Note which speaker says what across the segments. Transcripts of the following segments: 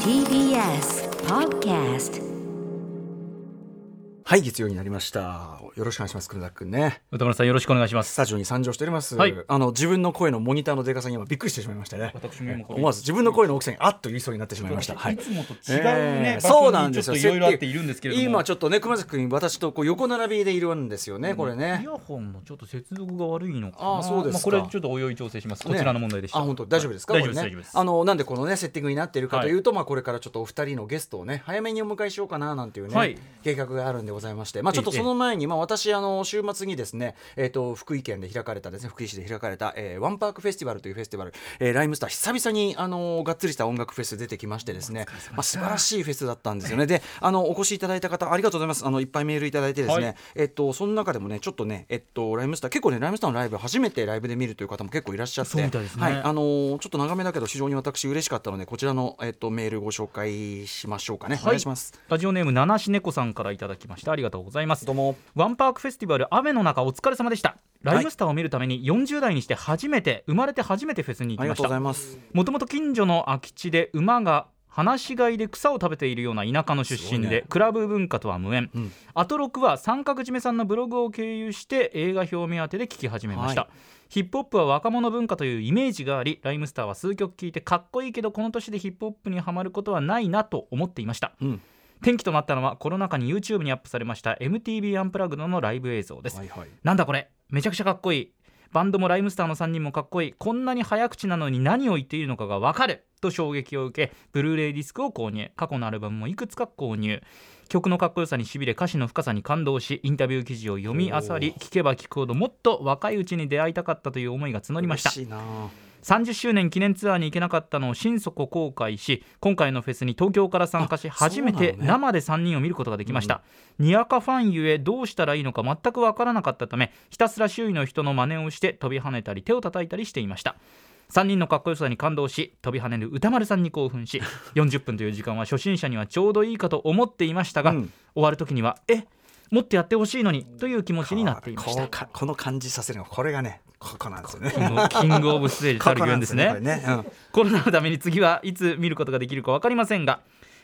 Speaker 1: TBS Podcast
Speaker 2: はい、月曜になりました。よろしくお願いします、黒田君ね。
Speaker 3: 歌丸さんよろしくお願いします
Speaker 2: スタジオに参上しております。
Speaker 3: はい
Speaker 2: あの自分の声のモニターのデカさに今びっくりしてしまいましたね。
Speaker 3: 私も今これ
Speaker 2: 思わず自分の声の大きさにあっと言いそうになってしまいました。はいい。
Speaker 3: つもと違う
Speaker 2: え
Speaker 3: ね、
Speaker 2: ー
Speaker 3: 場所に
Speaker 2: そうなんですよ。
Speaker 3: ちょっといろいろあっているんですけれども
Speaker 2: 今ちょっとね、熊崎君、私とこう横並びでいるんですよね、これ
Speaker 3: イ
Speaker 2: ね。
Speaker 3: ヤホンのちょっと接続が悪いのかな
Speaker 2: あーそうですか
Speaker 3: まあ、これちょっとおいおい調整します、こちらの問題でした
Speaker 2: ねあ、本当大丈夫ですか、
Speaker 3: はい
Speaker 2: こ
Speaker 3: 大丈
Speaker 2: れ
Speaker 3: 夫で
Speaker 2: ね
Speaker 3: す、大丈夫です
Speaker 2: あの、なんでこのね、セッティングになっているかというと、まあ、これからちょっとお二人のゲストをね、早めにお迎えしようかななんていうね、
Speaker 3: はい
Speaker 2: 計画があるんでございまして、まあ、ちょっと
Speaker 3: ええ
Speaker 2: その前に、まあ、私、あの、週末にですね、えっ、と、福井県で開かれたですね、福井市で開かれた、えーワンパークフェスティバルというフェスティバル、えーライムスター、久々に、あのがっつりした音楽フェス出てきましてですね、まあ、素晴らしいフェスだったんですよね。で、あの、お越しいただいた方、ありがとうございます。あの、いっぱいメールいただいてですね、
Speaker 3: はい
Speaker 2: えっと、その中でもね、ちょっとね、えっと、ライムスター、結構ね、ライムスターのライブ、初めてライブで見るという方も結構いらっしゃって、
Speaker 3: そうみたいですね
Speaker 2: はい、あのーちょっと長めだけど、非常に私、嬉しかったので、こちらの、えっと、メールご紹介しましょうかね。お願いします。
Speaker 3: ラジオネーム七し猫さんからいただきましたありがとうございます
Speaker 2: どうも。
Speaker 3: ワンパークフェスティバル雨の中お疲れ様でしたライムスターを見るために40代にして初めて生まれて初めてフェスに行
Speaker 2: あり
Speaker 3: きま
Speaker 2: が
Speaker 3: し
Speaker 2: とうござ
Speaker 3: た
Speaker 2: います。
Speaker 3: もともと近所の空き地で馬が放し飼いで草を食べているような田舎の出身
Speaker 2: すごい
Speaker 3: で、
Speaker 2: ね
Speaker 3: クラブ文化とは無縁、
Speaker 2: うん
Speaker 3: アトロクは三角締めさんのブログを経由して映画表明当てで聞き始めました、
Speaker 2: は
Speaker 3: ヒップホップは若者文化というイメージがありライムスターは数曲聴いてかっこいいけどこの年でヒップホップにはまることはないなと思っていました
Speaker 2: うん。
Speaker 3: 転機となったのはコロナ禍に YouTube にアップされました MTV アンプラグドのライブ映像です、
Speaker 2: はいはい。
Speaker 3: なんだこれめちゃくちゃかっこいいバンドもライムスターの3人もかっこいいこんなに早口なのに何を言っているのかがわかると衝撃を受けブルーレイディスクを購入過去のアルバムもいくつか購入曲のかっこよさにしびれ歌詞の深さに感動しインタビュー記事を読み漁り
Speaker 2: おー
Speaker 3: 聞けば聞くほどもっと若いうちに出会いたかったという思いが募りました
Speaker 2: 嬉しいなあ
Speaker 3: 30周年記念ツアーに行けなかったのを心底後悔し今回のフェスに東京から参加し
Speaker 2: あそう
Speaker 3: 初
Speaker 2: なの
Speaker 3: め
Speaker 2: ね
Speaker 3: て生で3人を見ることができました、にわかファンゆえどうしたらいいのか全くわからなかったためひたすら周囲の人の真似をして飛び跳ねたり手を叩いたりしていました3人のかっこよさに感動し飛び跳ねる歌丸さんに興 奮し40分という時間は初心者にはちょうどいいかと思っていましたが、
Speaker 2: うん
Speaker 3: 終わる時にはえもっとやってほしいのにという気持ちになっていまし
Speaker 2: こう
Speaker 3: た
Speaker 2: かこの感じさせるのこれがねここなんですよね。
Speaker 3: このキングオブステージたるゆえんですね
Speaker 2: ここなんですよねこれね
Speaker 3: コロナのために次はいつ見ることができるか分かりませんが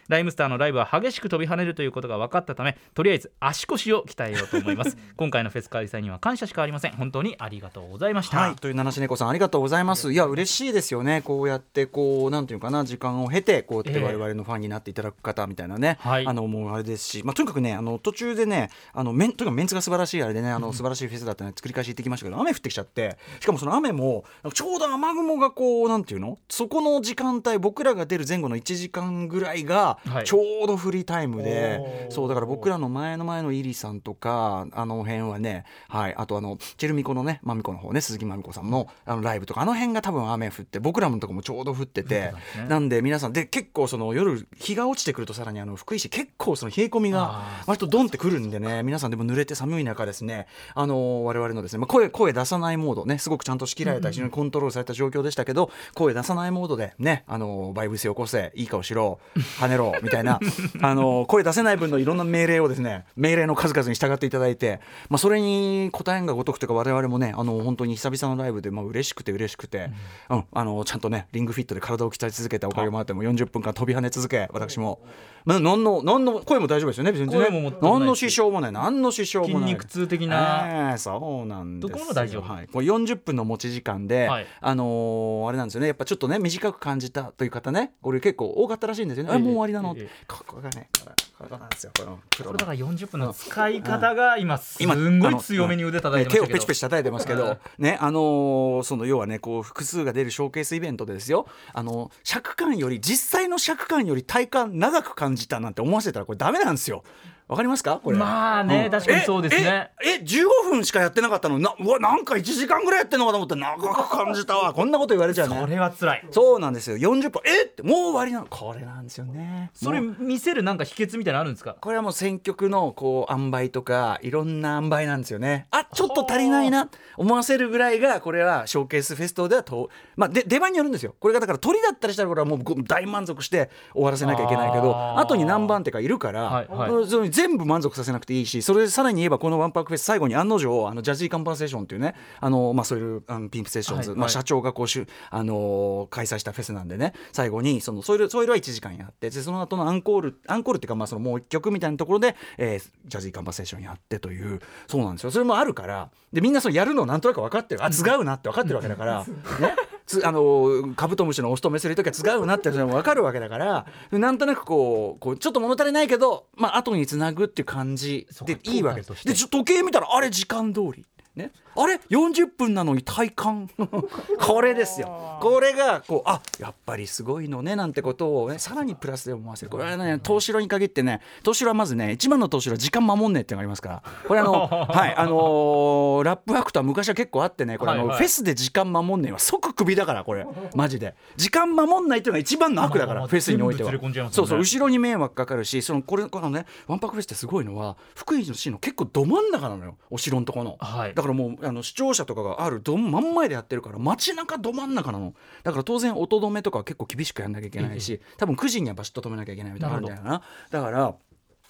Speaker 3: ライムスターのライブは激しく飛び跳ねるということが分かったためとりあえず足腰を鍛えようと思 います今回のフェス開催には感謝しかありません本当にありがとうございました、
Speaker 2: はい、という七し猫さんありがとうございます。いや嬉しいですよね。こうやってこうなんていうかな時間を経てこうやって
Speaker 3: ええ
Speaker 2: 我々のファンになっていただく方みたいなね、
Speaker 3: はい
Speaker 2: あのもうあれですし、まあとにかくねあの途中でねあのメンとにかくメンツが素晴らしいあれでねあの素晴らしいフェスだったね作り返し行ってきましたけど雨降ってきちゃってしかもその雨もちょうど雨雲がこうなんていうのそこの時間帯僕らが出る前後の1時間ぐらいが
Speaker 3: はい
Speaker 2: ちょうどフリータイムで、
Speaker 3: おー
Speaker 2: そうだから僕らの前の前のイリさんとかあの辺はね、はい、あとあのチェルミコのねマミコの方ね鈴木マミコさんのあのライブとかあの辺が多分雨降って僕らのとこもちょうど降ってて、
Speaker 3: ね
Speaker 2: なんで皆さんで結構その夜日が落ちてくるとさらにあの福井市結構その冷え込みが
Speaker 3: あ
Speaker 2: 割とドンってくるんでね皆さんでも濡れて寒い中ですねあの我々のですね、まあ、声声出さないモードねすごくちゃんと仕切られた非常にコントロールされた状況でしたけど声出さないモードでねあのバイブスよこせいい顔しろ跳ね ろみたいなあの声出せない分のいろんな命令をですね命令の数々に従っていただいて、まあ、それに答えがごとくというか我々もねあの本当に久々のライブでまあ嬉しくて嬉しくて、うんあのちゃんとねリングフィットで体を鍛え続けたおかげもあってもう40分間飛び跳ね続け私も、まあ、何の何の声も大丈夫ですよね別に全然
Speaker 3: 声も持ってないし
Speaker 2: 何の支障もない何の支障
Speaker 3: 筋
Speaker 2: もない
Speaker 3: 肉痛的な、
Speaker 2: ええそうなんですよ
Speaker 3: どこも大丈夫
Speaker 2: はい、こう40分の持ち時間で、
Speaker 3: はい
Speaker 2: あのーあれなんですよねやっぱちょっとね短く感じたという方ねこれ結構多かったらしいんですよね、あ
Speaker 3: ええ
Speaker 2: もう終わりなの、
Speaker 3: えええ
Speaker 2: ここがねこれここなんですよこの
Speaker 3: こ
Speaker 2: 黒
Speaker 3: れ
Speaker 2: の
Speaker 3: だから40分の使い方が今す
Speaker 2: 今
Speaker 3: んごい強めに腕叩いてましたけど、
Speaker 2: ね手をペチペチ叩いてますけ ど、ね、あのーその要はね、こう複数が出るショーケースイベントでですよ。あのー尺感より、実際の尺感より体感長く感じたなんて思わせたら、これダメなんですよ。わかりますか、これ。
Speaker 3: まあね
Speaker 2: ん
Speaker 3: 確かにそうですね
Speaker 2: え。え、え15分しかやってなかったの、な、うわ、なんか1時間ぐらいやってんのかと思って、長く感じたわ。こんなこと言われちゃう
Speaker 3: そ
Speaker 2: ね。
Speaker 3: れは辛い
Speaker 2: そうなんですよ。40分、えって、もう終わりなの、これなんですよね。
Speaker 3: それ見せるなんか秘訣みたいなのあるんですか
Speaker 2: これはもう選曲のこう塩梅とかいろんな塩梅なんですよねあちょっと足りないな思わせるぐらいがこれはショーケースフェストではと、まあ、で出番によるんですよこれがだから鳥だったりしたらこれはもうご大満足して終わらせなきゃいけないけど
Speaker 3: あー
Speaker 2: 後に何番手かいるから、
Speaker 3: はいはい
Speaker 2: その全部満足させなくていいしそれでさらに言えばこのワンパークフェス最後に案の定あのジャジーカンパンセーションっていうねあの、まあ、そういうあのピンプセッションズ、
Speaker 3: はい
Speaker 2: ま
Speaker 3: は
Speaker 2: あ、
Speaker 3: い
Speaker 2: 社長がこうしゅ、あのー開催したフェスなんでね最後にそのソイルソイルは1時間やってでその後のアンコールアンコールっていうか、まあ、そのもう1曲みたいなところで、えージャジーカンパンセーションやってというそうなんですよそれもあるからでみんなそのやるのをなんとなく分かってるあ違うなって分かってるわけだから。ねつあのーカブトムシのオスとメスの時は違うなってそれも分かるわけだからなんとなくこうこうちょっと物足りないけど、まあ後につなぐっていう感じ
Speaker 3: そうか
Speaker 2: でいいわけで
Speaker 3: トータルとし
Speaker 2: す
Speaker 3: て
Speaker 2: でちょ時計見たらあれ時間通り。ね、あれ40分なのに体感 これですよこれがこうあやっぱりすごいのねなんてことを、ね、さらにプラスで思わせるこれはね東城に限ってね東城はまずね一番の東城は時間守んねえっていうのがありますからこれ あの、はいあのーラップアクトは昔は結構あってねこれあの、
Speaker 3: はいはい
Speaker 2: フェスで時間守んねえは即クビだからこれマジで時間守んないっていうのが一番の悪だか
Speaker 3: まあまあま
Speaker 2: ら
Speaker 3: あ
Speaker 2: フェスにおいては
Speaker 3: 全部連れ込んじゃいます
Speaker 2: そ
Speaker 3: も
Speaker 2: うんそ
Speaker 3: ね
Speaker 2: う後ろに迷惑かかるしそのこれこのねワンパクフェスってすごいのは福井の市の結構ど真ん中なのよお城のとこの。
Speaker 3: はい
Speaker 2: だからもうあの視聴者とかがあるど真ん前でやってるから街中ど真ん中なのだから当然音止めとかは結構厳しくやんなきゃいけないし多分9時にはバシッと止めなきゃいけないみたいなのあるんだよなだから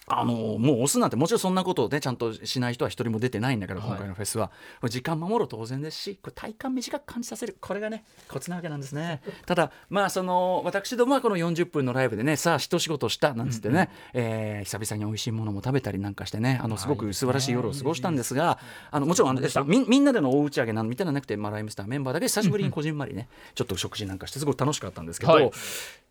Speaker 2: あのもう押すなんてもちろんそんなことをねちゃんとしない人は一人も出てないんだけど、
Speaker 3: はい
Speaker 2: 今回のフェスはこれ時間守る当然ですしこれ体感短く感じさせるこれがねコツなわけなんですね ただまあその私どもはこの40分のライブでねさあ一仕事したなんつってね、えー久々に美味しいものも食べたりなんかしてねあのすご
Speaker 3: いい
Speaker 2: く
Speaker 3: です
Speaker 2: 素
Speaker 3: ね
Speaker 2: 晴らしい夜を過ごしたんですがあのもちろんあのえっとみみんなでの大打ち上げなんみたいなのなくて、まあ、ライムスターメンバーだけ久しぶりにこじんまりねちょっと食事なんかしてすごく楽しかったんですけど、
Speaker 3: はい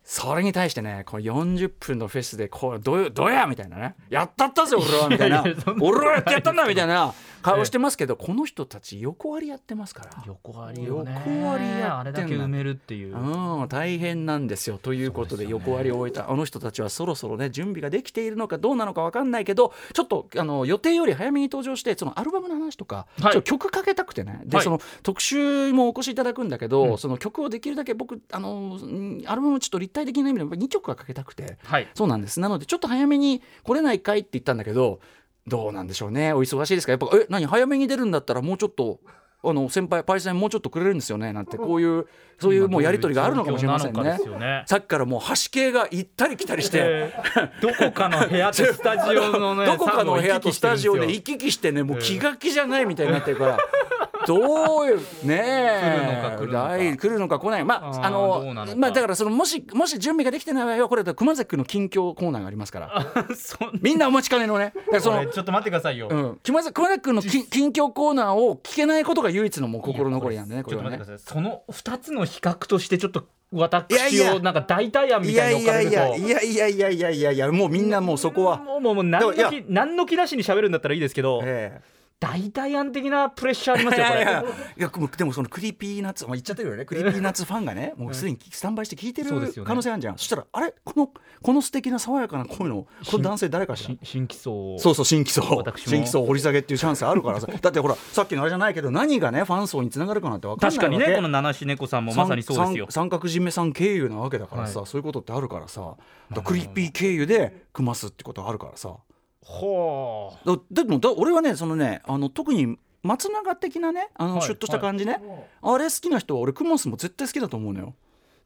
Speaker 2: それに対してねこの40分のフェスでこうどうどうやみたいなねやったったぜ俺はみたいない
Speaker 3: やいやそんな
Speaker 2: 俺はやってやったんだみたいな顔してますけど、この人たち横割りやってますから。
Speaker 3: 横割りよね
Speaker 2: 横割りやってんだ
Speaker 3: あれだけ埋めるっていう、
Speaker 2: うん、大変なんですよということで
Speaker 3: そうですよね
Speaker 2: 横割りを終えたあの人たちはそろそろね準備ができているのかどうなのか分かんないけどちょっとあの予定より早めに登場してそのアルバムの話とか、
Speaker 3: はい
Speaker 2: ちょっと曲かけたくてねで、
Speaker 3: はい
Speaker 2: その特集もお越しいただくんだけど、
Speaker 3: うん
Speaker 2: その曲をできるだけ僕あのうんアルバムちょっと立体的な意味で2曲はかけたくて
Speaker 3: はい
Speaker 2: そうなんですなのでちょっと早めに来れないかいって言ったんだけどどうなんでしょうねお忙しいですかやっぱえ何早めに出るんだったらもうちょっとあの先輩パイセンもうちょっとくれるんですよねなんてこういうそういうもうやり取りがあるのかもしれません
Speaker 3: どういう
Speaker 2: ね
Speaker 3: 状況なのかですよね
Speaker 2: さっきからもう端系が行ったり来たりして。
Speaker 3: えーどこかの部屋とスタジオのね
Speaker 2: どこかの部屋とスタジオで
Speaker 3: 行
Speaker 2: 行き来してねもう
Speaker 3: ええ
Speaker 2: 気が気じゃないみたいになってる から。どういうねえ
Speaker 3: 来るのか来るのか
Speaker 2: 来来るのか来ないま
Speaker 3: あ
Speaker 2: あ
Speaker 3: ー
Speaker 2: あ
Speaker 3: どうなの
Speaker 2: の
Speaker 3: か
Speaker 2: まあだからそのもしもし準備ができてない場合はこれだと熊崎君の近況コーナーがありますから
Speaker 3: そん
Speaker 2: みんなお待ちかねのねだからそ
Speaker 3: そ
Speaker 2: の
Speaker 3: れちょっと待ってくださいよ、
Speaker 2: うん熊崎熊崎君の近近況コーナーを聞けないことが唯一のもう心残りなんでねこ
Speaker 3: ち
Speaker 2: れ
Speaker 3: ょっと
Speaker 2: は
Speaker 3: 待
Speaker 2: ね
Speaker 3: ってください。その二つの比較としてちょっと
Speaker 2: いやい
Speaker 3: 私
Speaker 2: や
Speaker 3: をなんか代替案み
Speaker 2: い
Speaker 3: た
Speaker 2: や
Speaker 3: いに
Speaker 2: い
Speaker 3: 置か
Speaker 2: や
Speaker 3: れる
Speaker 2: い
Speaker 3: と。
Speaker 2: やいやいやいやいやいやいやもうみんなもうそこは
Speaker 3: もうもうもう何の
Speaker 2: だからい
Speaker 3: 気何の気なしに喋るんだったらいいですけど、
Speaker 2: ええ
Speaker 3: 代替案的なプレッシャーありますよこ
Speaker 2: いやい
Speaker 3: れ
Speaker 2: や。いやでもでもそのクリーピーナッツ、まあ、言っちゃってるよねクリーピーナッツファンがねもうすでにスタンバイして聞いてる
Speaker 3: そうですよね
Speaker 2: 可能性あるじゃんそ,、したらあれこのこの素敵な爽やかな声のこ の男性誰かしら
Speaker 3: し新規層を。
Speaker 2: そうそう新規層
Speaker 3: 私も
Speaker 2: 新規層を掘り下げっていうチャンスあるからさだってほらさっきのあれじゃないけど何がねファン層につながるかなんて分かんない
Speaker 3: 確かに
Speaker 2: わけ
Speaker 3: ねこの七種猫さんもまさにそうですよ
Speaker 2: 三。三角締めさん経由なわけだからさ、
Speaker 3: は
Speaker 2: そういうことってあるからさだからクリーピー経由で組ますってことあるからさ
Speaker 3: ほう。
Speaker 2: だでもだ俺はねそのねあの特に松永的なねあの、
Speaker 3: はい
Speaker 2: シュッとした感じね、あれ好きな人は俺クモスも絶対好きだと思うのよ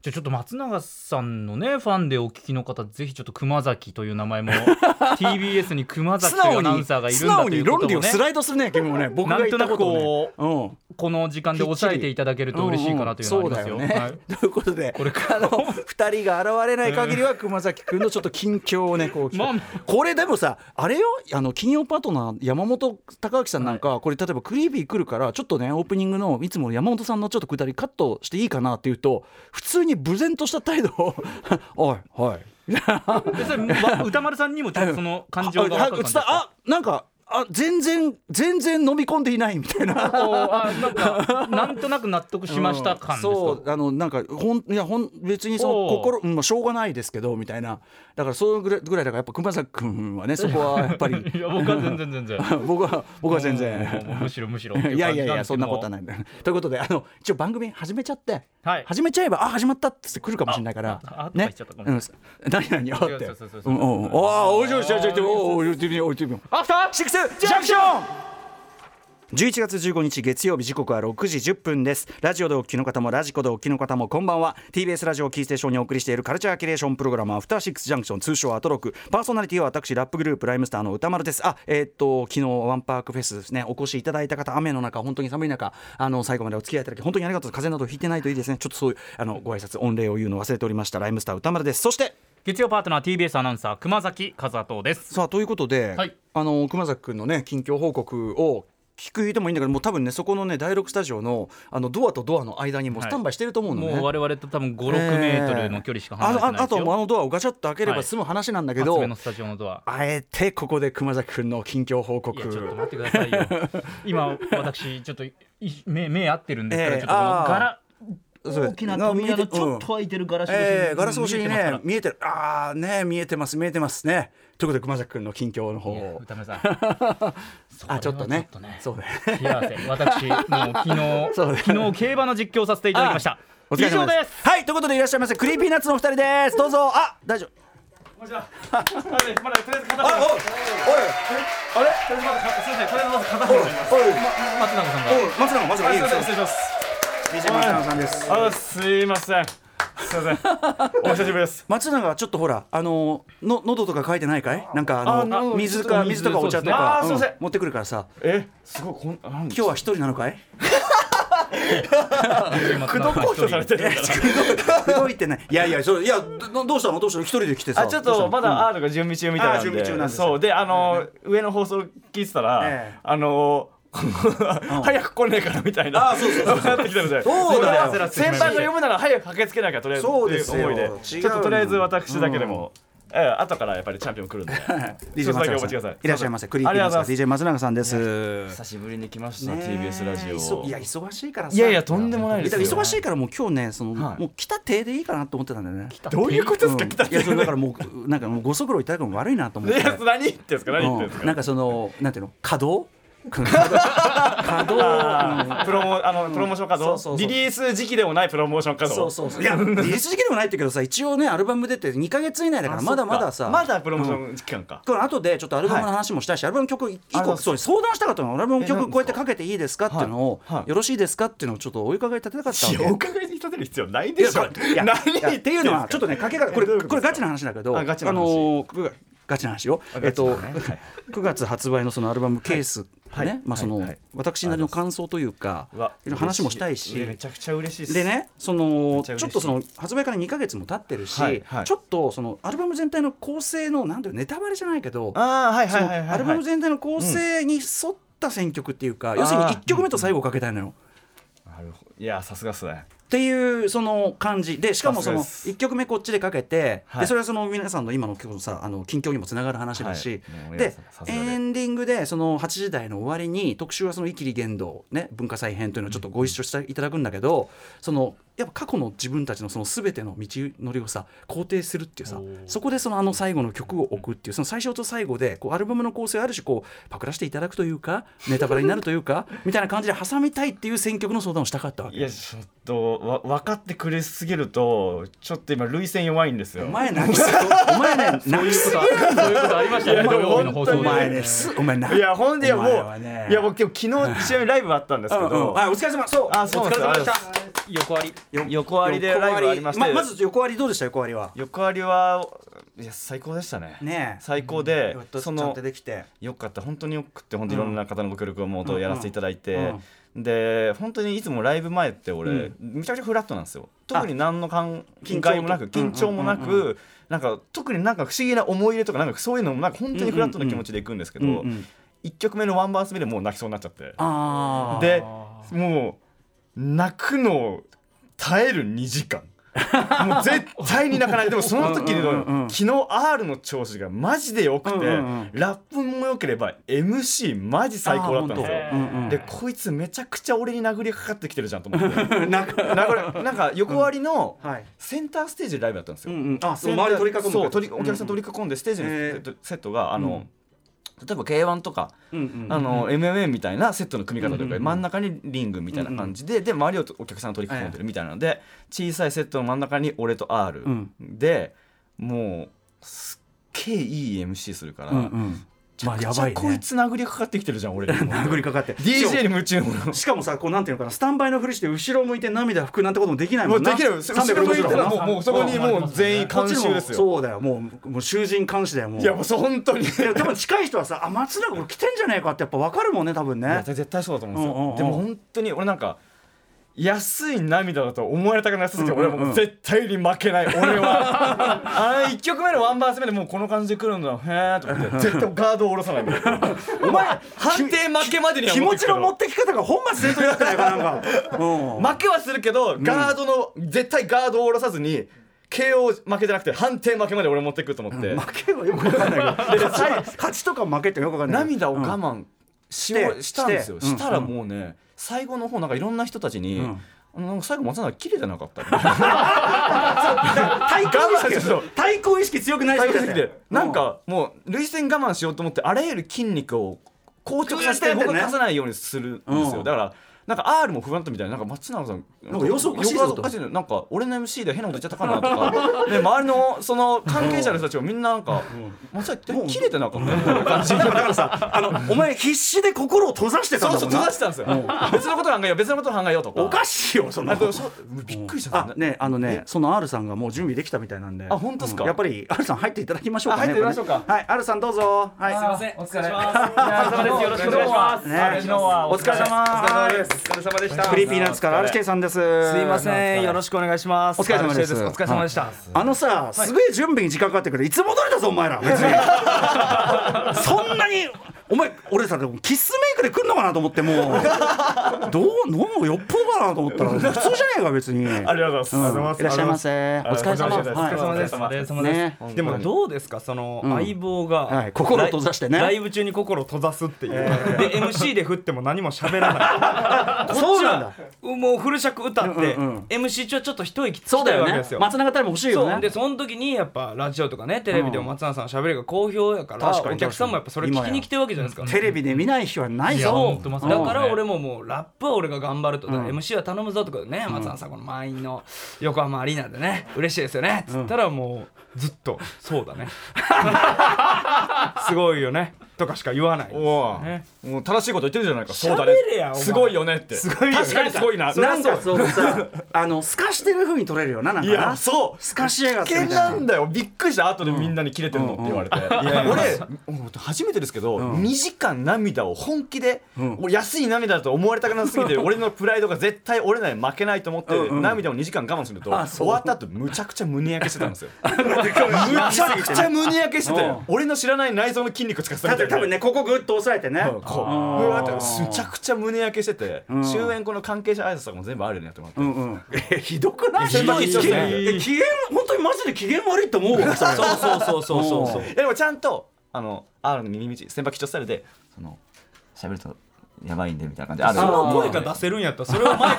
Speaker 3: じゃあちょっと松永さんのねファンでお聞きの方ぜひちょっと熊崎という 名前も TBS に熊
Speaker 2: 素
Speaker 3: 崎という
Speaker 2: 直
Speaker 3: アナウン
Speaker 2: に
Speaker 3: サーがいる
Speaker 2: 素
Speaker 3: んだ
Speaker 2: 直
Speaker 3: とい
Speaker 2: に
Speaker 3: うこ
Speaker 2: 論
Speaker 3: と
Speaker 2: 理
Speaker 3: を
Speaker 2: を
Speaker 3: ね
Speaker 2: スライドするね君もね僕が言ったことをねうん
Speaker 3: この時間で抑えていただけると嬉しいかなというのはありますよ。
Speaker 2: そうだよね
Speaker 3: はい
Speaker 2: ということで
Speaker 3: これから
Speaker 2: あの2人が現れない限りは熊崎君のちょっと近況を ねこう聞く
Speaker 3: まあま
Speaker 2: これでもさあれよあの金曜パートナー山本隆明さんなんか、これ例えばクリービー来るからちょっとねオープニングのいつもの山本さんのちょっとくだりカットしていいかなっていうと普通に無然とした態度を 「おいはい」
Speaker 3: でそれま歌丸さんにもちょっとその感情が分かったんです
Speaker 2: あ
Speaker 3: か
Speaker 2: あなんかあ全然全然飲み込んでいないみたいな。
Speaker 3: おあなんかなんとなく納得しました感ですか、
Speaker 2: そうあのなんかほんいやほん別にその
Speaker 3: おう
Speaker 2: 心、うんまあ、しょうがないですけどみたいなだからそういうぐらいぐらいだからやっぱ熊崎君はねそこはやっぱり
Speaker 3: いや僕は全然全然
Speaker 2: 僕は僕は 全
Speaker 3: もう
Speaker 2: 然
Speaker 3: むしろむしろ
Speaker 2: いやいやいやそんなことは
Speaker 3: ない
Speaker 2: ないんだ よということであの一応番組始めちゃって、
Speaker 3: はい
Speaker 2: 始めちゃえばあ始まったっつって来るかもしれないから
Speaker 3: あああとか言っ
Speaker 2: ね
Speaker 3: ちゃったごめ
Speaker 2: うんん何何あっ
Speaker 3: 違う
Speaker 2: て
Speaker 3: 違う違う違う
Speaker 2: うんうんおーおいしいおいしいおいしいおいしいおいしいおいしいおいしいおいしいおいしい
Speaker 3: アフター
Speaker 2: シックスジャンクション11月15日月曜日時刻は6時10分ですラジオでお聞きの方もラジコでお聞きの方もこんばんは TBS ラジオをキーステーションにお送りしているカルチャーキュレーションプログラムアフターシックスジャンクション通称アトロクパーソナリティは私ラップグループライムスターの歌丸ですあえーっと昨日ワンパークフェスですねお越しいただいた方雨の中本当に寒い中あの最後までお付き合いいただき本当にありがとうです風邪などひいてないといいですねちょっとそういうあのご挨拶御礼を言うの忘れておりましたライムスター歌丸ですそして
Speaker 3: 月曜パートナー TBS アナウンサー熊崎和人です
Speaker 2: さあということで、
Speaker 3: はい
Speaker 2: あの熊崎君のね近況報告を聞くでもいいんだけどもう多分ねそこのね第6スタジオのあのドアとドアの間にもう
Speaker 3: は
Speaker 2: ス
Speaker 3: い
Speaker 2: タンバイしてると思うのね、
Speaker 3: もう我々と多分56メートルの距離しか離れて
Speaker 2: あ
Speaker 3: ない
Speaker 2: ああ
Speaker 3: です
Speaker 2: と
Speaker 3: よ
Speaker 2: もうあのドアをガチャッと開けれ
Speaker 3: は
Speaker 2: ば
Speaker 3: い
Speaker 2: 済む話なんだけ
Speaker 3: 厚
Speaker 2: ど、
Speaker 3: めのスタジオのドア
Speaker 2: あえてここで熊崎君の近況報
Speaker 3: い
Speaker 2: 告
Speaker 3: やちょっと待ってくださいよ 今私ちょっとい目目合ってるんですから、
Speaker 2: ええ
Speaker 3: ちょっとこの
Speaker 2: あー
Speaker 3: 柄
Speaker 2: そう
Speaker 3: 大きな扉のちょっと開いてるガラス越しに、
Speaker 2: えーガラス越しに
Speaker 3: 見えてます
Speaker 2: ね
Speaker 3: か
Speaker 2: 見えてるああね見えてます見えてますねということで熊崎君の近況の方
Speaker 3: らいや
Speaker 2: を
Speaker 3: 歌丸さんそれは
Speaker 2: あちょっとねそうね
Speaker 3: 冷や汗私もう昨日
Speaker 2: そうね
Speaker 3: 昨日競馬の実況をさせていただきました
Speaker 2: お疲
Speaker 3: 以
Speaker 2: れ様
Speaker 3: 上です
Speaker 2: はいということでいらっしゃいませクリーピーナッツのお二人ですどうぞあ大丈夫
Speaker 3: こんにちはまだとりあえず片方
Speaker 2: あおいおいあれ
Speaker 3: とりあえずまだかすいませんとりあえずまず片
Speaker 2: おい
Speaker 3: 方
Speaker 2: おい
Speaker 3: 松永さんが
Speaker 2: おい松永松永いいよ
Speaker 3: 礼します
Speaker 2: DJ 松永さんです
Speaker 1: あすいませんすい ませんお久しぶりです
Speaker 2: 松永はちょっとほらあのの喉とか書いてないかいなんかあ
Speaker 1: あな
Speaker 2: の
Speaker 1: るほど
Speaker 2: 水と
Speaker 3: ちょっ
Speaker 2: か
Speaker 3: と
Speaker 2: 水とか
Speaker 3: 水
Speaker 2: お茶とか
Speaker 1: そうですねあーすいません
Speaker 2: うん持ってくるからさ
Speaker 1: えすごいこん今
Speaker 2: 今日は一人なのかい
Speaker 3: 工藤公表
Speaker 1: されてる
Speaker 2: 動いてないいやいやそれいやどどうしたのどうしたの一人で来てさ
Speaker 1: あちょっ
Speaker 2: どうし
Speaker 1: と
Speaker 2: たの
Speaker 1: まだ R が準備中みたいなんで
Speaker 2: あ準備中なんですよ
Speaker 1: そうであの上の放送聞いてた
Speaker 2: ええ
Speaker 1: らあの 早く来ねえからみたいな
Speaker 2: あそうそうそう
Speaker 1: なってきたみたい
Speaker 2: そうだよ
Speaker 1: もね先輩が読むなら早く駆けつけなきゃとりあえず
Speaker 2: そうですよ
Speaker 1: っていう思い
Speaker 2: 違う
Speaker 1: でちょっととりあえず私だけでもええ後からやっぱりチャンピオン来るんでちょ
Speaker 2: DJ
Speaker 1: っとだ
Speaker 2: 松
Speaker 1: け
Speaker 2: 永さ
Speaker 1: お待ちくださ
Speaker 2: ん
Speaker 1: い
Speaker 2: いらっしゃいませクリー
Speaker 1: あ
Speaker 2: ピ
Speaker 1: り
Speaker 2: ー
Speaker 1: が
Speaker 2: ナ
Speaker 1: と
Speaker 2: ッ
Speaker 1: う
Speaker 2: ツ
Speaker 1: ござ
Speaker 2: の
Speaker 1: います
Speaker 2: DJ 松永さんです
Speaker 1: 久しぶりに来ました
Speaker 2: ねえ
Speaker 1: TBS ラジ
Speaker 2: い
Speaker 1: オ
Speaker 2: そいや忙しいからさ
Speaker 1: いやいやとんでもない
Speaker 2: い
Speaker 1: で
Speaker 2: やだ
Speaker 1: す
Speaker 2: から忙
Speaker 1: よ
Speaker 2: しいからもう今日ねその、
Speaker 1: はい
Speaker 2: もう来た手でいいかなと思ってたんだよね。
Speaker 1: どういうことですか
Speaker 2: うん
Speaker 1: 来た
Speaker 2: いやそれだからもうなんかもうご足労いただくのも悪いなと思っ
Speaker 1: い
Speaker 2: て。
Speaker 1: や何言ってんですか何言ってんです
Speaker 2: うん
Speaker 1: か
Speaker 2: なんかそのなんていうの稼 働？稼働。稼働
Speaker 1: あープロモあのプロモーションカー
Speaker 2: そうそうそ
Speaker 1: ド
Speaker 2: う
Speaker 1: リリース時期でもないプロモーションカード
Speaker 2: そうそうそういやリリース時期でもないってけどさ一応ねアルバム出て2か月以内だからまだまださ
Speaker 1: まだプロモーション期間か、
Speaker 2: これ後でちょっとアルバムの話もしたいし、アルバムの曲一
Speaker 1: あそう
Speaker 2: 個
Speaker 1: です
Speaker 2: そう相談したかったのアルバムの曲
Speaker 1: えな
Speaker 2: こうや
Speaker 1: んですか
Speaker 2: ってかけていいですかっていうのを、
Speaker 1: はいはい
Speaker 2: よろしいですかっていうのをちょっとお伺い立てたかったわ
Speaker 1: い
Speaker 2: け
Speaker 1: やお伺いに立てる必要ない
Speaker 2: い
Speaker 1: で
Speaker 2: や
Speaker 1: しょ
Speaker 2: これいや
Speaker 1: 何
Speaker 2: いやっていうのはちょっとねかけがこれ
Speaker 1: えどういうこと
Speaker 2: これガチな話だけど
Speaker 1: あガチな話
Speaker 2: のーくガチな話よえっと9月 発売のそのアルバムケース
Speaker 1: はいはい
Speaker 2: ねまあその
Speaker 1: はいはい
Speaker 2: 私なりの感想というか
Speaker 1: うわ
Speaker 2: いろいろ話もしたいし
Speaker 1: 嬉やめちゃくちゃ嬉しいです
Speaker 2: でねその
Speaker 1: っち
Speaker 2: ち
Speaker 1: ゃ
Speaker 2: ょ
Speaker 1: 嬉しい
Speaker 2: っとその発売から2か月も経ってるし、
Speaker 1: はいはい
Speaker 2: ちょっとそのアルバム全体の構成のなんていうのネタバレじゃないけど
Speaker 1: ああはい
Speaker 2: そ
Speaker 1: はい
Speaker 2: の
Speaker 1: はいはい
Speaker 2: アルバム全体の構成に沿った選曲っていうか、要するに
Speaker 1: あー
Speaker 2: 1曲目と最後をかけたいのよ。
Speaker 1: なるほどいやさすがっすね
Speaker 2: っていうその感じでしかもその
Speaker 1: さすがで
Speaker 2: 1
Speaker 1: す
Speaker 2: 曲目こっちでかけて、
Speaker 1: はい
Speaker 2: でそれはその皆さんの今の今日のさあの近況にもつながる話だし、
Speaker 1: はいもうお願い
Speaker 2: で
Speaker 1: しますさすがで
Speaker 2: エンディングでその8時台の終わりに特集はその「イキリ言動」ね文化祭編というのをちょっとご一緒していただくんだけど、そのやっぱ過去の自分たちのその全ての道のりをさ肯定するっていうさそこでそのあの最後の曲を置くっていうその最初と最後でこうアルバムの構成をある種こうパクらせていただくというかネタバレになるというかみたいな感じで挟みたいっていう選曲の相談をしたかったわけ
Speaker 1: い。やちょっとわ分かってくれすぎるとちょっと今涙腺弱いんですよ
Speaker 2: お前泣きすぎお前ね泣きすぎ
Speaker 3: そういうことありましたね
Speaker 1: いや
Speaker 3: 土
Speaker 1: でも
Speaker 3: 曜日の放送で
Speaker 2: お前ねすお前泣
Speaker 1: いやほんでいや
Speaker 2: お
Speaker 1: もう
Speaker 2: 前はね
Speaker 1: いや僕でも昨日ちなみにライブあったんです
Speaker 2: う
Speaker 1: け
Speaker 2: んう
Speaker 1: ど、
Speaker 2: んあお疲れ様そう
Speaker 1: あそうなんですよ
Speaker 2: お疲れ様でした
Speaker 3: 横あり
Speaker 1: 横割りでライブありまして
Speaker 2: 横割りままず横割りどうでした横割りは
Speaker 1: 横割りはいや最高でしたね
Speaker 2: ねえ
Speaker 1: 最高で、
Speaker 2: やっと
Speaker 1: そ
Speaker 2: ちゃん
Speaker 1: の
Speaker 2: とできて
Speaker 1: よかった本当によくって本当にいろんな方のご協力をもとやらせていただいて、
Speaker 2: うんうん
Speaker 1: で本当にいつもライブ前って俺、めちゃくちゃフラットなんですよ特に何の関
Speaker 2: 緊張と
Speaker 1: 係もなく緊張もなく、
Speaker 2: うんうんう
Speaker 1: なんか特になんか不思議な思い入れとかなんかそういうのもなんか本当にフラットな気持ちでいくんですけど、
Speaker 2: う
Speaker 1: 一
Speaker 2: んうん
Speaker 1: 1曲目のワンバース目でもう泣きそうになっちゃって
Speaker 2: あー
Speaker 1: でもう泣くのを耐える2時 間もう絶対に泣かないでもその時
Speaker 2: うんうんうんう
Speaker 1: の
Speaker 2: ん
Speaker 1: 昨日 R の調子がマジで良くて、
Speaker 2: うんうんうん
Speaker 1: ラップも良ければ MC マジ最高だったんですよ
Speaker 2: あ。ーほんと
Speaker 1: でこいつめちゃくちゃ俺に殴りかかってきてるじゃんと思って
Speaker 2: うんうんなんか
Speaker 1: なんかこれなんか横割りの
Speaker 2: はい
Speaker 1: センターステージでライブだったんですよ。
Speaker 2: うんうんあそ
Speaker 1: セ
Speaker 2: う
Speaker 1: ンター
Speaker 2: 周り取り囲む
Speaker 1: そう取りお客さん
Speaker 2: 取
Speaker 1: 取り囲んでステージの
Speaker 2: へー
Speaker 1: セットセットがあの、例えば k 1とか
Speaker 2: りうんうん
Speaker 1: あの MMA みたいなセットの組み方と
Speaker 2: うん
Speaker 1: いう
Speaker 2: うんう
Speaker 1: か
Speaker 2: ん
Speaker 1: 真ん中にリングみたいな感じでで周りをお客さん取り囲んでるみたいなので小さいセットの真ん中に俺と R
Speaker 2: うん
Speaker 1: でもうすっげえいい MC するか
Speaker 2: うんう
Speaker 1: ら
Speaker 2: ん
Speaker 1: まあやばい、こいつ殴りかかってきてるじゃん俺
Speaker 2: 殴りかかって
Speaker 1: DJ に夢中の
Speaker 2: しかもさこうなんていうのかなスタンバイのふりして後ろ向いて涙拭くなんてこともできない
Speaker 1: も
Speaker 2: も
Speaker 1: うん
Speaker 2: な
Speaker 1: できるよ後ろ向いたらもうもうそこにもう全員監修ですよ
Speaker 2: そうだよもうもう囚人監視だよもう
Speaker 1: いやもうそう本当に
Speaker 2: いやでも近い人はさあ松永これ来てんじゃねえかってやっぱ分かるもんね多分
Speaker 1: い
Speaker 2: ね
Speaker 1: や絶対そうだと思うんですよ、
Speaker 2: うんうんうん
Speaker 1: でも本当に俺なんか安い涙だと思われたくなさすぎて、
Speaker 2: うんうんうん
Speaker 1: 俺はもう絶対に負けない俺は あの1曲目のワンバース目でもうこの感じで来るんだへえと思って絶対ガードを下ろさない みたいな
Speaker 2: お前
Speaker 1: 判定負けまでには
Speaker 2: 気
Speaker 1: 持っ
Speaker 2: 持
Speaker 1: て
Speaker 2: ち
Speaker 1: くけど
Speaker 2: の持ってき方が本末転倒だったよな んか、うん
Speaker 1: 負けはするけどガードの、絶対ガードを下ろさずに KO 負けじゃなくて判定負けまで俺持ってくると思って、
Speaker 2: 負けはよく分 かんないけどで最後勝ちとか負けってよく分かんない
Speaker 1: 涙を
Speaker 2: 我
Speaker 1: 我慢し,、
Speaker 2: うんして
Speaker 1: したんですよ
Speaker 2: して
Speaker 1: したらもうね、最後の方なんかいろんな人たちに、
Speaker 2: うん
Speaker 1: あのなんか最後松永綺麗じゃ なかった
Speaker 2: 対抗意識
Speaker 1: 我慢する
Speaker 2: 対抗意識強くない
Speaker 1: 体
Speaker 2: 人
Speaker 1: 力
Speaker 2: だ
Speaker 1: 的
Speaker 2: よ
Speaker 1: でなんかもう涙腺我慢しようと思ってあらゆる筋肉を硬直させて
Speaker 2: グーッてやってね
Speaker 1: 動かさないようにするんです
Speaker 2: う
Speaker 1: よ
Speaker 2: ん
Speaker 1: だからなんか R も不安とみたいななんか松永さん
Speaker 2: なんか様子おかしいぞと
Speaker 1: 様子おかしいのなんか俺の MC で変なこと言っちゃったかなと かで周りのその関係者の人たちもみんななんか松永切れてなかったみたいな感じ
Speaker 2: うんだからさあのお前必死で心を閉ざしてたん
Speaker 1: そ
Speaker 2: だも
Speaker 1: うそう
Speaker 2: ん
Speaker 1: 閉
Speaker 2: な
Speaker 1: ざしてたんですよ別のこと考えよう別のこと考えようとか
Speaker 2: おかしいよそんな
Speaker 1: あ
Speaker 2: こと
Speaker 1: とそうびっくりしちゃっ
Speaker 2: あ
Speaker 1: た
Speaker 2: ねあのねその R さんがもう準備できたみたいなんで
Speaker 1: あ本当っすか
Speaker 2: うんやっぱり R さん入っていただきましょうかね
Speaker 1: あ入っていただきましょうか
Speaker 2: これねはい R さんどうぞはいすいません
Speaker 4: んお疲れ様ですよろしくお願いします
Speaker 2: ね
Speaker 4: 昨日は
Speaker 2: お疲れ様
Speaker 1: すお疲れ様でした
Speaker 2: クリーピーナッツから RK さんですす
Speaker 4: すいませんよろしくお願いします
Speaker 2: お疲れ様です
Speaker 4: お疲れ様でした
Speaker 2: あのさ、すげえ準備に時間かかってくるいつ戻れたぞお前ら別にそんなにお前俺さでもキスメイクで来るのかなと思ってもうどう飲むよっぽどかなと思ったら普通じゃねえか別に
Speaker 1: ありがとうございま
Speaker 2: う
Speaker 1: す、
Speaker 2: んいらっしゃいませお
Speaker 1: ありがと
Speaker 2: 疲
Speaker 1: う
Speaker 2: れ様
Speaker 1: ございますお疲れ様です
Speaker 4: お疲れ様
Speaker 2: はい
Speaker 4: です
Speaker 2: ね
Speaker 4: でもどうですかその
Speaker 2: ん
Speaker 4: 相棒が、
Speaker 2: はい心を閉ざしてね
Speaker 4: ライブ中に心を閉ざすっていう、で MC で振っても何も喋らな い
Speaker 2: そうなんだ
Speaker 4: こっちはもうフル尺歌って、
Speaker 2: うんうんうん
Speaker 4: MC 中はちょっと一息つ
Speaker 2: そう
Speaker 4: き
Speaker 2: だ
Speaker 4: たい
Speaker 2: よ
Speaker 4: わけで
Speaker 2: ね
Speaker 4: すよ
Speaker 2: 松永タイム欲しい
Speaker 4: そ
Speaker 2: よ
Speaker 4: う
Speaker 2: ね
Speaker 4: でその時にやっぱラジオとかねテレビでも松永さんの喋りが好評やから、
Speaker 2: 確かに
Speaker 4: お客さんもやっぱそれ聞きに来てるわけじゃないですか
Speaker 2: テレビで見ない日はない
Speaker 4: いや
Speaker 2: ぞ
Speaker 4: 本
Speaker 2: う
Speaker 4: 当
Speaker 2: ん
Speaker 4: まさにだから俺ももうラップは俺が頑張ると、MC は頼むぞとかね松永さんこの満員の横浜アリーナでね嬉しいですよねっつったらもうずっと「そうだ ね」「すごいよね」とかしか言わない
Speaker 1: おお、
Speaker 4: ね
Speaker 1: もう正しいこと言ってるじゃないかそうだ
Speaker 4: 喋れや
Speaker 1: ね
Speaker 4: お前
Speaker 1: すごいよねって
Speaker 4: すごいよね
Speaker 1: 確かにすごいな
Speaker 2: なんかそうさあの透かしてる風に撮れるよななん
Speaker 1: い
Speaker 2: か
Speaker 1: や
Speaker 2: な
Speaker 1: そう
Speaker 2: 透かしやがってみたい
Speaker 1: 危険
Speaker 2: な
Speaker 1: なんだよびっくりした後でみんなにキレてるのって言われて、俺うん初めてですけど、2時間涙を本気で、俺安い涙だと思われたくなさすぎて俺のプライドが絶対折れない負けないと思って、涙を2時間我慢すると
Speaker 2: あそ
Speaker 1: 終
Speaker 2: う
Speaker 1: わった後むちゃくちゃ胸焼けしてたんですよ むちゃくちゃ胸焼けして
Speaker 2: う
Speaker 1: て
Speaker 2: ん
Speaker 1: 俺の知らない内臓の筋肉使ってたみたいな
Speaker 2: 多分ねここグッと押さえてね
Speaker 1: こう
Speaker 2: あー
Speaker 1: うわーってむちゃくちゃ胸焼けしてて、
Speaker 2: ん
Speaker 1: 終演後の関係者挨拶とかも全部あるようになってもらって、
Speaker 2: うんうん、えひどくない
Speaker 1: ひどい
Speaker 2: 機嫌
Speaker 1: ひ
Speaker 2: え機嫌本当にマジで機嫌悪いと思うわそれ
Speaker 4: そうそうそうそうそうそう
Speaker 1: いやでもちゃんとあの R の耳道先輩基調スタイルでその喋るとやばいんでみたいな感じで R
Speaker 4: その声が出せるんやったらそれをマイクに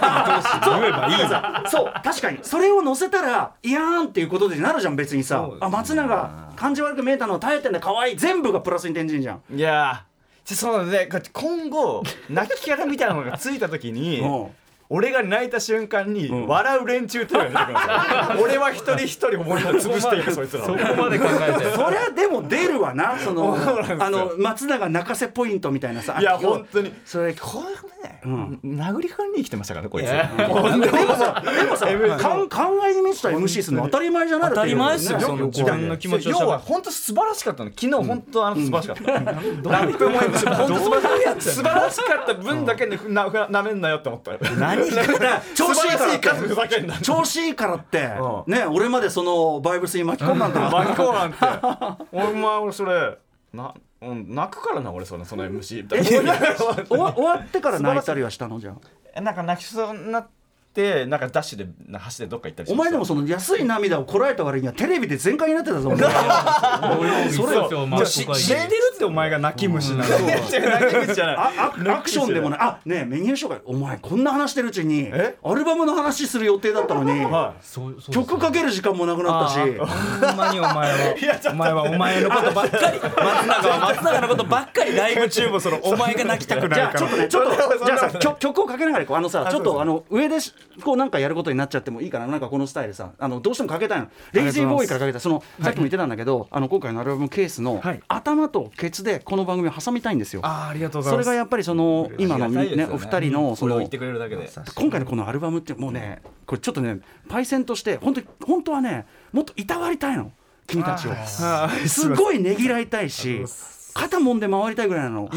Speaker 4: 通して言え ばいいじゃん
Speaker 2: そう確かにそれを載せたらいやーんっていうことになるじゃん別にさ
Speaker 4: そうですね
Speaker 2: あ松永感じ悪く見えたのを耐えてんだ可愛い全部がプラスに転じんじゃん
Speaker 1: いやーじゃそうねこうやって今後泣きキャラみたいなのがついた時に
Speaker 2: うん
Speaker 1: 俺が泣いた瞬間に笑う連中っていうのが出てくるんですよ俺は一人一人思いを潰していくそいつ らを
Speaker 4: そこまで考えて
Speaker 2: そりゃでも出るわなその
Speaker 1: そうなんですよ
Speaker 2: あの松永泣かせポイントみたいなさ
Speaker 1: いや本当に
Speaker 2: それ
Speaker 1: これね、
Speaker 2: ん
Speaker 1: 殴りかかりに来てましたからねこいつ、
Speaker 2: でもさでもさかん考えに満ちた MC するの当たり前じゃない
Speaker 4: 当たり前っすよ
Speaker 2: ね
Speaker 4: その自
Speaker 2: だ
Speaker 4: 分の気持ちをし
Speaker 1: 要
Speaker 4: ゃべ
Speaker 1: は
Speaker 4: る
Speaker 1: 本当素晴らしかったの昨日本当あの素晴らしかった、ラップも MC も本当素晴らしかった素晴らしかった分だけねふなふななめんなよって思ったよ何
Speaker 2: から調
Speaker 1: 調
Speaker 2: 子
Speaker 1: 子
Speaker 2: いいから
Speaker 1: 安い数ふざけんな
Speaker 2: 調子いいからって、ね俺までそのバイブスに巻き込んだんだから
Speaker 1: マリコなんてお前俺それなうん泣くからな俺そのその MC みたいな
Speaker 2: 終わ終わってから泣いたりはしたのじゃん
Speaker 1: えなんか泣きそうになってなんかダッシュでな走ってどっか行ったりし
Speaker 2: お
Speaker 1: ま
Speaker 2: 前
Speaker 1: した
Speaker 2: でもその安い涙をこらえた割にはテレビで全開になってたぞお 前
Speaker 4: そ
Speaker 1: れ
Speaker 4: ですよマイク
Speaker 1: じゃあ
Speaker 4: 知
Speaker 1: し
Speaker 4: 知ってるってお前が泣き虫なの
Speaker 1: いや違う泣き口じゃない
Speaker 2: ああアクションでもないあねえメニュー紹介お前こんな話してるうちに
Speaker 1: え
Speaker 2: アルバムの話する予定だったのに、
Speaker 1: はい
Speaker 4: そうそう
Speaker 2: 曲かける時間もなくなったし
Speaker 4: ほんまにお前はお前はお前のことば っかり松永は松永のことばっかりライブ中もそのお前が泣きたく
Speaker 2: じ
Speaker 4: な
Speaker 2: ゃ
Speaker 4: い
Speaker 2: あ
Speaker 4: か
Speaker 2: ちょ
Speaker 4: ら
Speaker 2: っとねちょっ
Speaker 1: そんなことと
Speaker 2: じゃあ
Speaker 1: そんな
Speaker 2: さ
Speaker 1: こと
Speaker 2: 曲曲をかけながらいこうあのさちょっとあの上でしこうなんかやることになっちゃってもいいかななんかこのスタイルさあのどうしてもかけたいのレイジーボーイからかけたそのさっきも言ってたんだけど、あの今回のアルバムケースの、
Speaker 4: はい
Speaker 2: 頭とケツでこの番組を挟みたいんですよ
Speaker 4: あーありがとうござい
Speaker 2: そ
Speaker 4: ま
Speaker 2: れ
Speaker 4: す
Speaker 2: がやっぱりその今の
Speaker 1: ありがたいです
Speaker 2: ね
Speaker 1: よ
Speaker 2: お二人のそ
Speaker 1: それを
Speaker 2: の
Speaker 1: 言ってくれるだけで
Speaker 2: 今回のこのアルバムってもうねこれちょっとねパイセンとして本当に本当はねもっといたわりたいの君たちを
Speaker 4: あー
Speaker 2: すごいねぎらいたいし肩もんで回りたいぐらいなの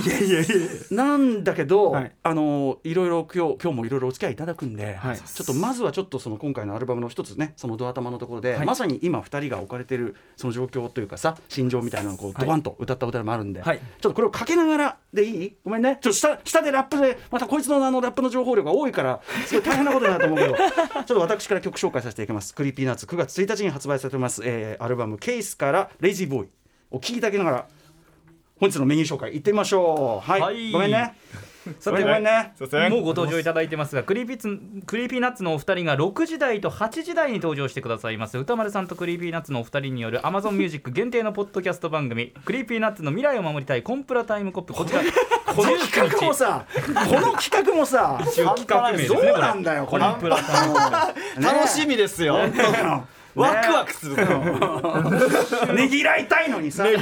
Speaker 2: なんだけど、
Speaker 4: はいい、
Speaker 2: あのいろいろ今日今日もいろいろお付き合いいただくんで、
Speaker 4: はい
Speaker 2: ちょっとまずはちょっとその今回のアルバムの一つねそのドア玉のところで、
Speaker 4: はい
Speaker 2: まさに今二人が置かれてるその状況というかさ心情みたいなのをこう
Speaker 4: はい
Speaker 2: ドバンと歌った歌もあるんで、
Speaker 4: はい
Speaker 2: ちょっとこれをかけながらでいいごめんねちょっと下下でラップでまたこいつのあのラップの情報量が多いからすごい大変なことになると思う けどちょっと私から曲紹介させていただきますクリーピーナッツ9月1日に発売されてます、えーアルバム「ケースから「レイジーボーイ」を聴いていただきながら本日のメニュー紹介いってみましょうはい、
Speaker 3: はい
Speaker 2: ごめん ね
Speaker 3: さ
Speaker 2: ごめんごめんね
Speaker 1: すいません
Speaker 3: もうご登場いただいてますがクリーピーツクリーピーナッツのお二人が6時台と8時台に登場してくださいます歌丸さんとクリーピーナッツのお二人による AmazonMusic 限定のポッドキャスト番組「クリーピーナッツの未来を守りたいコンプラタイムコップ」こち ら
Speaker 2: この企画もさ、この企画もさ、
Speaker 3: 応企画名ですね
Speaker 2: そうなんだよ、こ
Speaker 3: コ
Speaker 2: れ。
Speaker 3: ンプラタ イム
Speaker 1: 楽しみですよ本当ワクワクする
Speaker 2: み。ねぎらいたいのにさ。
Speaker 3: いや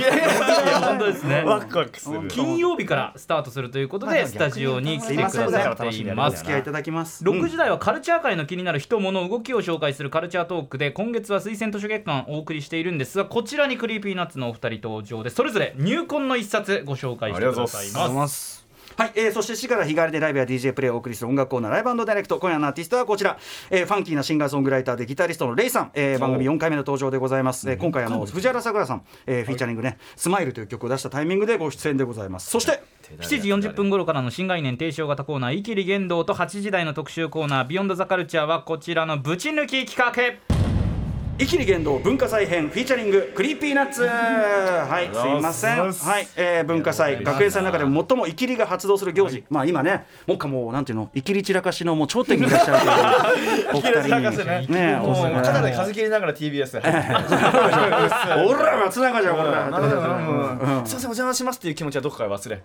Speaker 3: 本当ですね
Speaker 1: ワクワクする
Speaker 3: 金曜日からスタートするということでスタジオに来てくださってい
Speaker 2: お
Speaker 3: ま
Speaker 2: 付
Speaker 3: す
Speaker 2: き合いいただきます。
Speaker 3: 6時台はカルチャー界の気になる人物動きを紹介するカルチャートークで今月は推薦図書月間をお送りしているんですがこちらにクリーピーナッツのお二人登場でそれぞれ入魂の一冊ご紹介してください
Speaker 1: ありがとうござ
Speaker 3: ます
Speaker 4: ます
Speaker 2: はい、えーそして4時から日替わりでライブや DJ プレイをお送りする音楽コーナーライブダイレクト今夜のアーティストはこちら、えーファンキーなシンガーソングライターでギタリストのレイさん、えー番組4回目の登場でございます、えー今回あの藤原さくらさん、えーフィーチャリングね「スマイルという曲を出したタイミングでご出演でございますそして
Speaker 3: 7時40分頃からの新概念提唱型コーナー「イキリ言動」と8時台の特集コーナー「ビヨンドザカルチャーはこちらのぶち抜き企画
Speaker 2: 「イキリ言動文化祭編」フィーチャリング「クリーピーナッツ」はいすいません、はいえー文化祭学園祭の中でも最もイキリが発動する行事、まあ今ねもっかもうなんていうのイキリ散らかしのもう頂点にいらっしゃるというお二人にねお世話にな
Speaker 1: も
Speaker 2: っ
Speaker 1: う
Speaker 2: て
Speaker 1: 肩で風切りながら TBS 入って
Speaker 2: おら松永じゃんこ
Speaker 1: な
Speaker 2: ら
Speaker 1: るほどうんすいませんお邪魔しますっていう気持ちはどこかで忘れ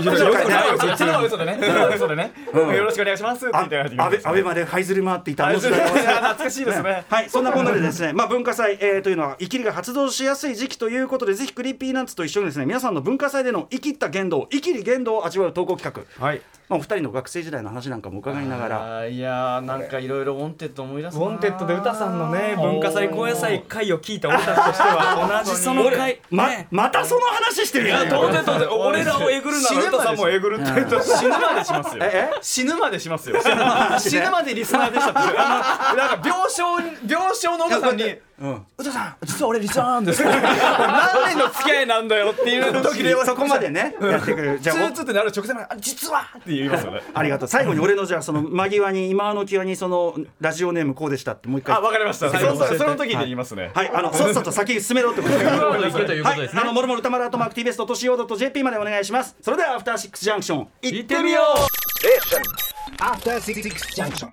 Speaker 2: 嘘かいな
Speaker 1: よくないそれは嘘でねそれは嘘でねよろしくお願いしますって言って
Speaker 2: 安倍安倍まで這いずり回っていたあの時代
Speaker 1: 懐かしいですね
Speaker 2: はいそんなこんなで ですね、まあ、文化祭、えーというのはイキリが発動しやすい時期ということでぜひクリーピーナッツと一緒にですね皆さんの文化祭での生きった言動イキリ言動を味わう投稿企画、
Speaker 4: はい
Speaker 2: まあ、お二人の学生時代の話なんかも伺いながら。
Speaker 1: あーいやーなんかいろいろウォンテッド思い出す
Speaker 4: ウ
Speaker 1: なー
Speaker 4: ォンテッドで歌さんのね文化祭高野祭会を聞いた俺たちとしては同じその会
Speaker 2: ま
Speaker 4: ね
Speaker 2: またその話してるよ、
Speaker 4: 当然当然俺らをえぐるな
Speaker 1: 死ぬま
Speaker 4: ら
Speaker 1: で
Speaker 4: 歌さんもえぐるって言った
Speaker 1: 死ぬまでしますよ
Speaker 2: ええ
Speaker 1: 死ぬまでしますよ 死ぬまでリスナーでしたっていうあの なんか病床に病床のお母さんに
Speaker 2: うん
Speaker 1: 「宇多さん実は俺リスナーなんです」何年の付き合いなんだよっていう時で
Speaker 2: そこまでね、 やってくれるじ
Speaker 1: ツ
Speaker 2: ゃあ
Speaker 1: ーツーってなる直前まであ「実は!」って言いますよね
Speaker 2: ありがとう最後に俺のじゃあその間際に今の際にそのラジオネームこうでしたってもう一回
Speaker 1: あわかりました
Speaker 2: 最後
Speaker 1: そ
Speaker 2: 教えて
Speaker 1: そその時に言いますね
Speaker 2: はい、あの、さっさと先に進めろってことで。
Speaker 3: キーワードいけということ
Speaker 2: は
Speaker 3: で
Speaker 2: い、
Speaker 3: すね
Speaker 2: あの、もろもろ歌丸アートマーク TBS としおどと JP までお願いします。それでは、アフターシックスジャンクション、い
Speaker 3: 行ってみよう
Speaker 5: After Six Junction.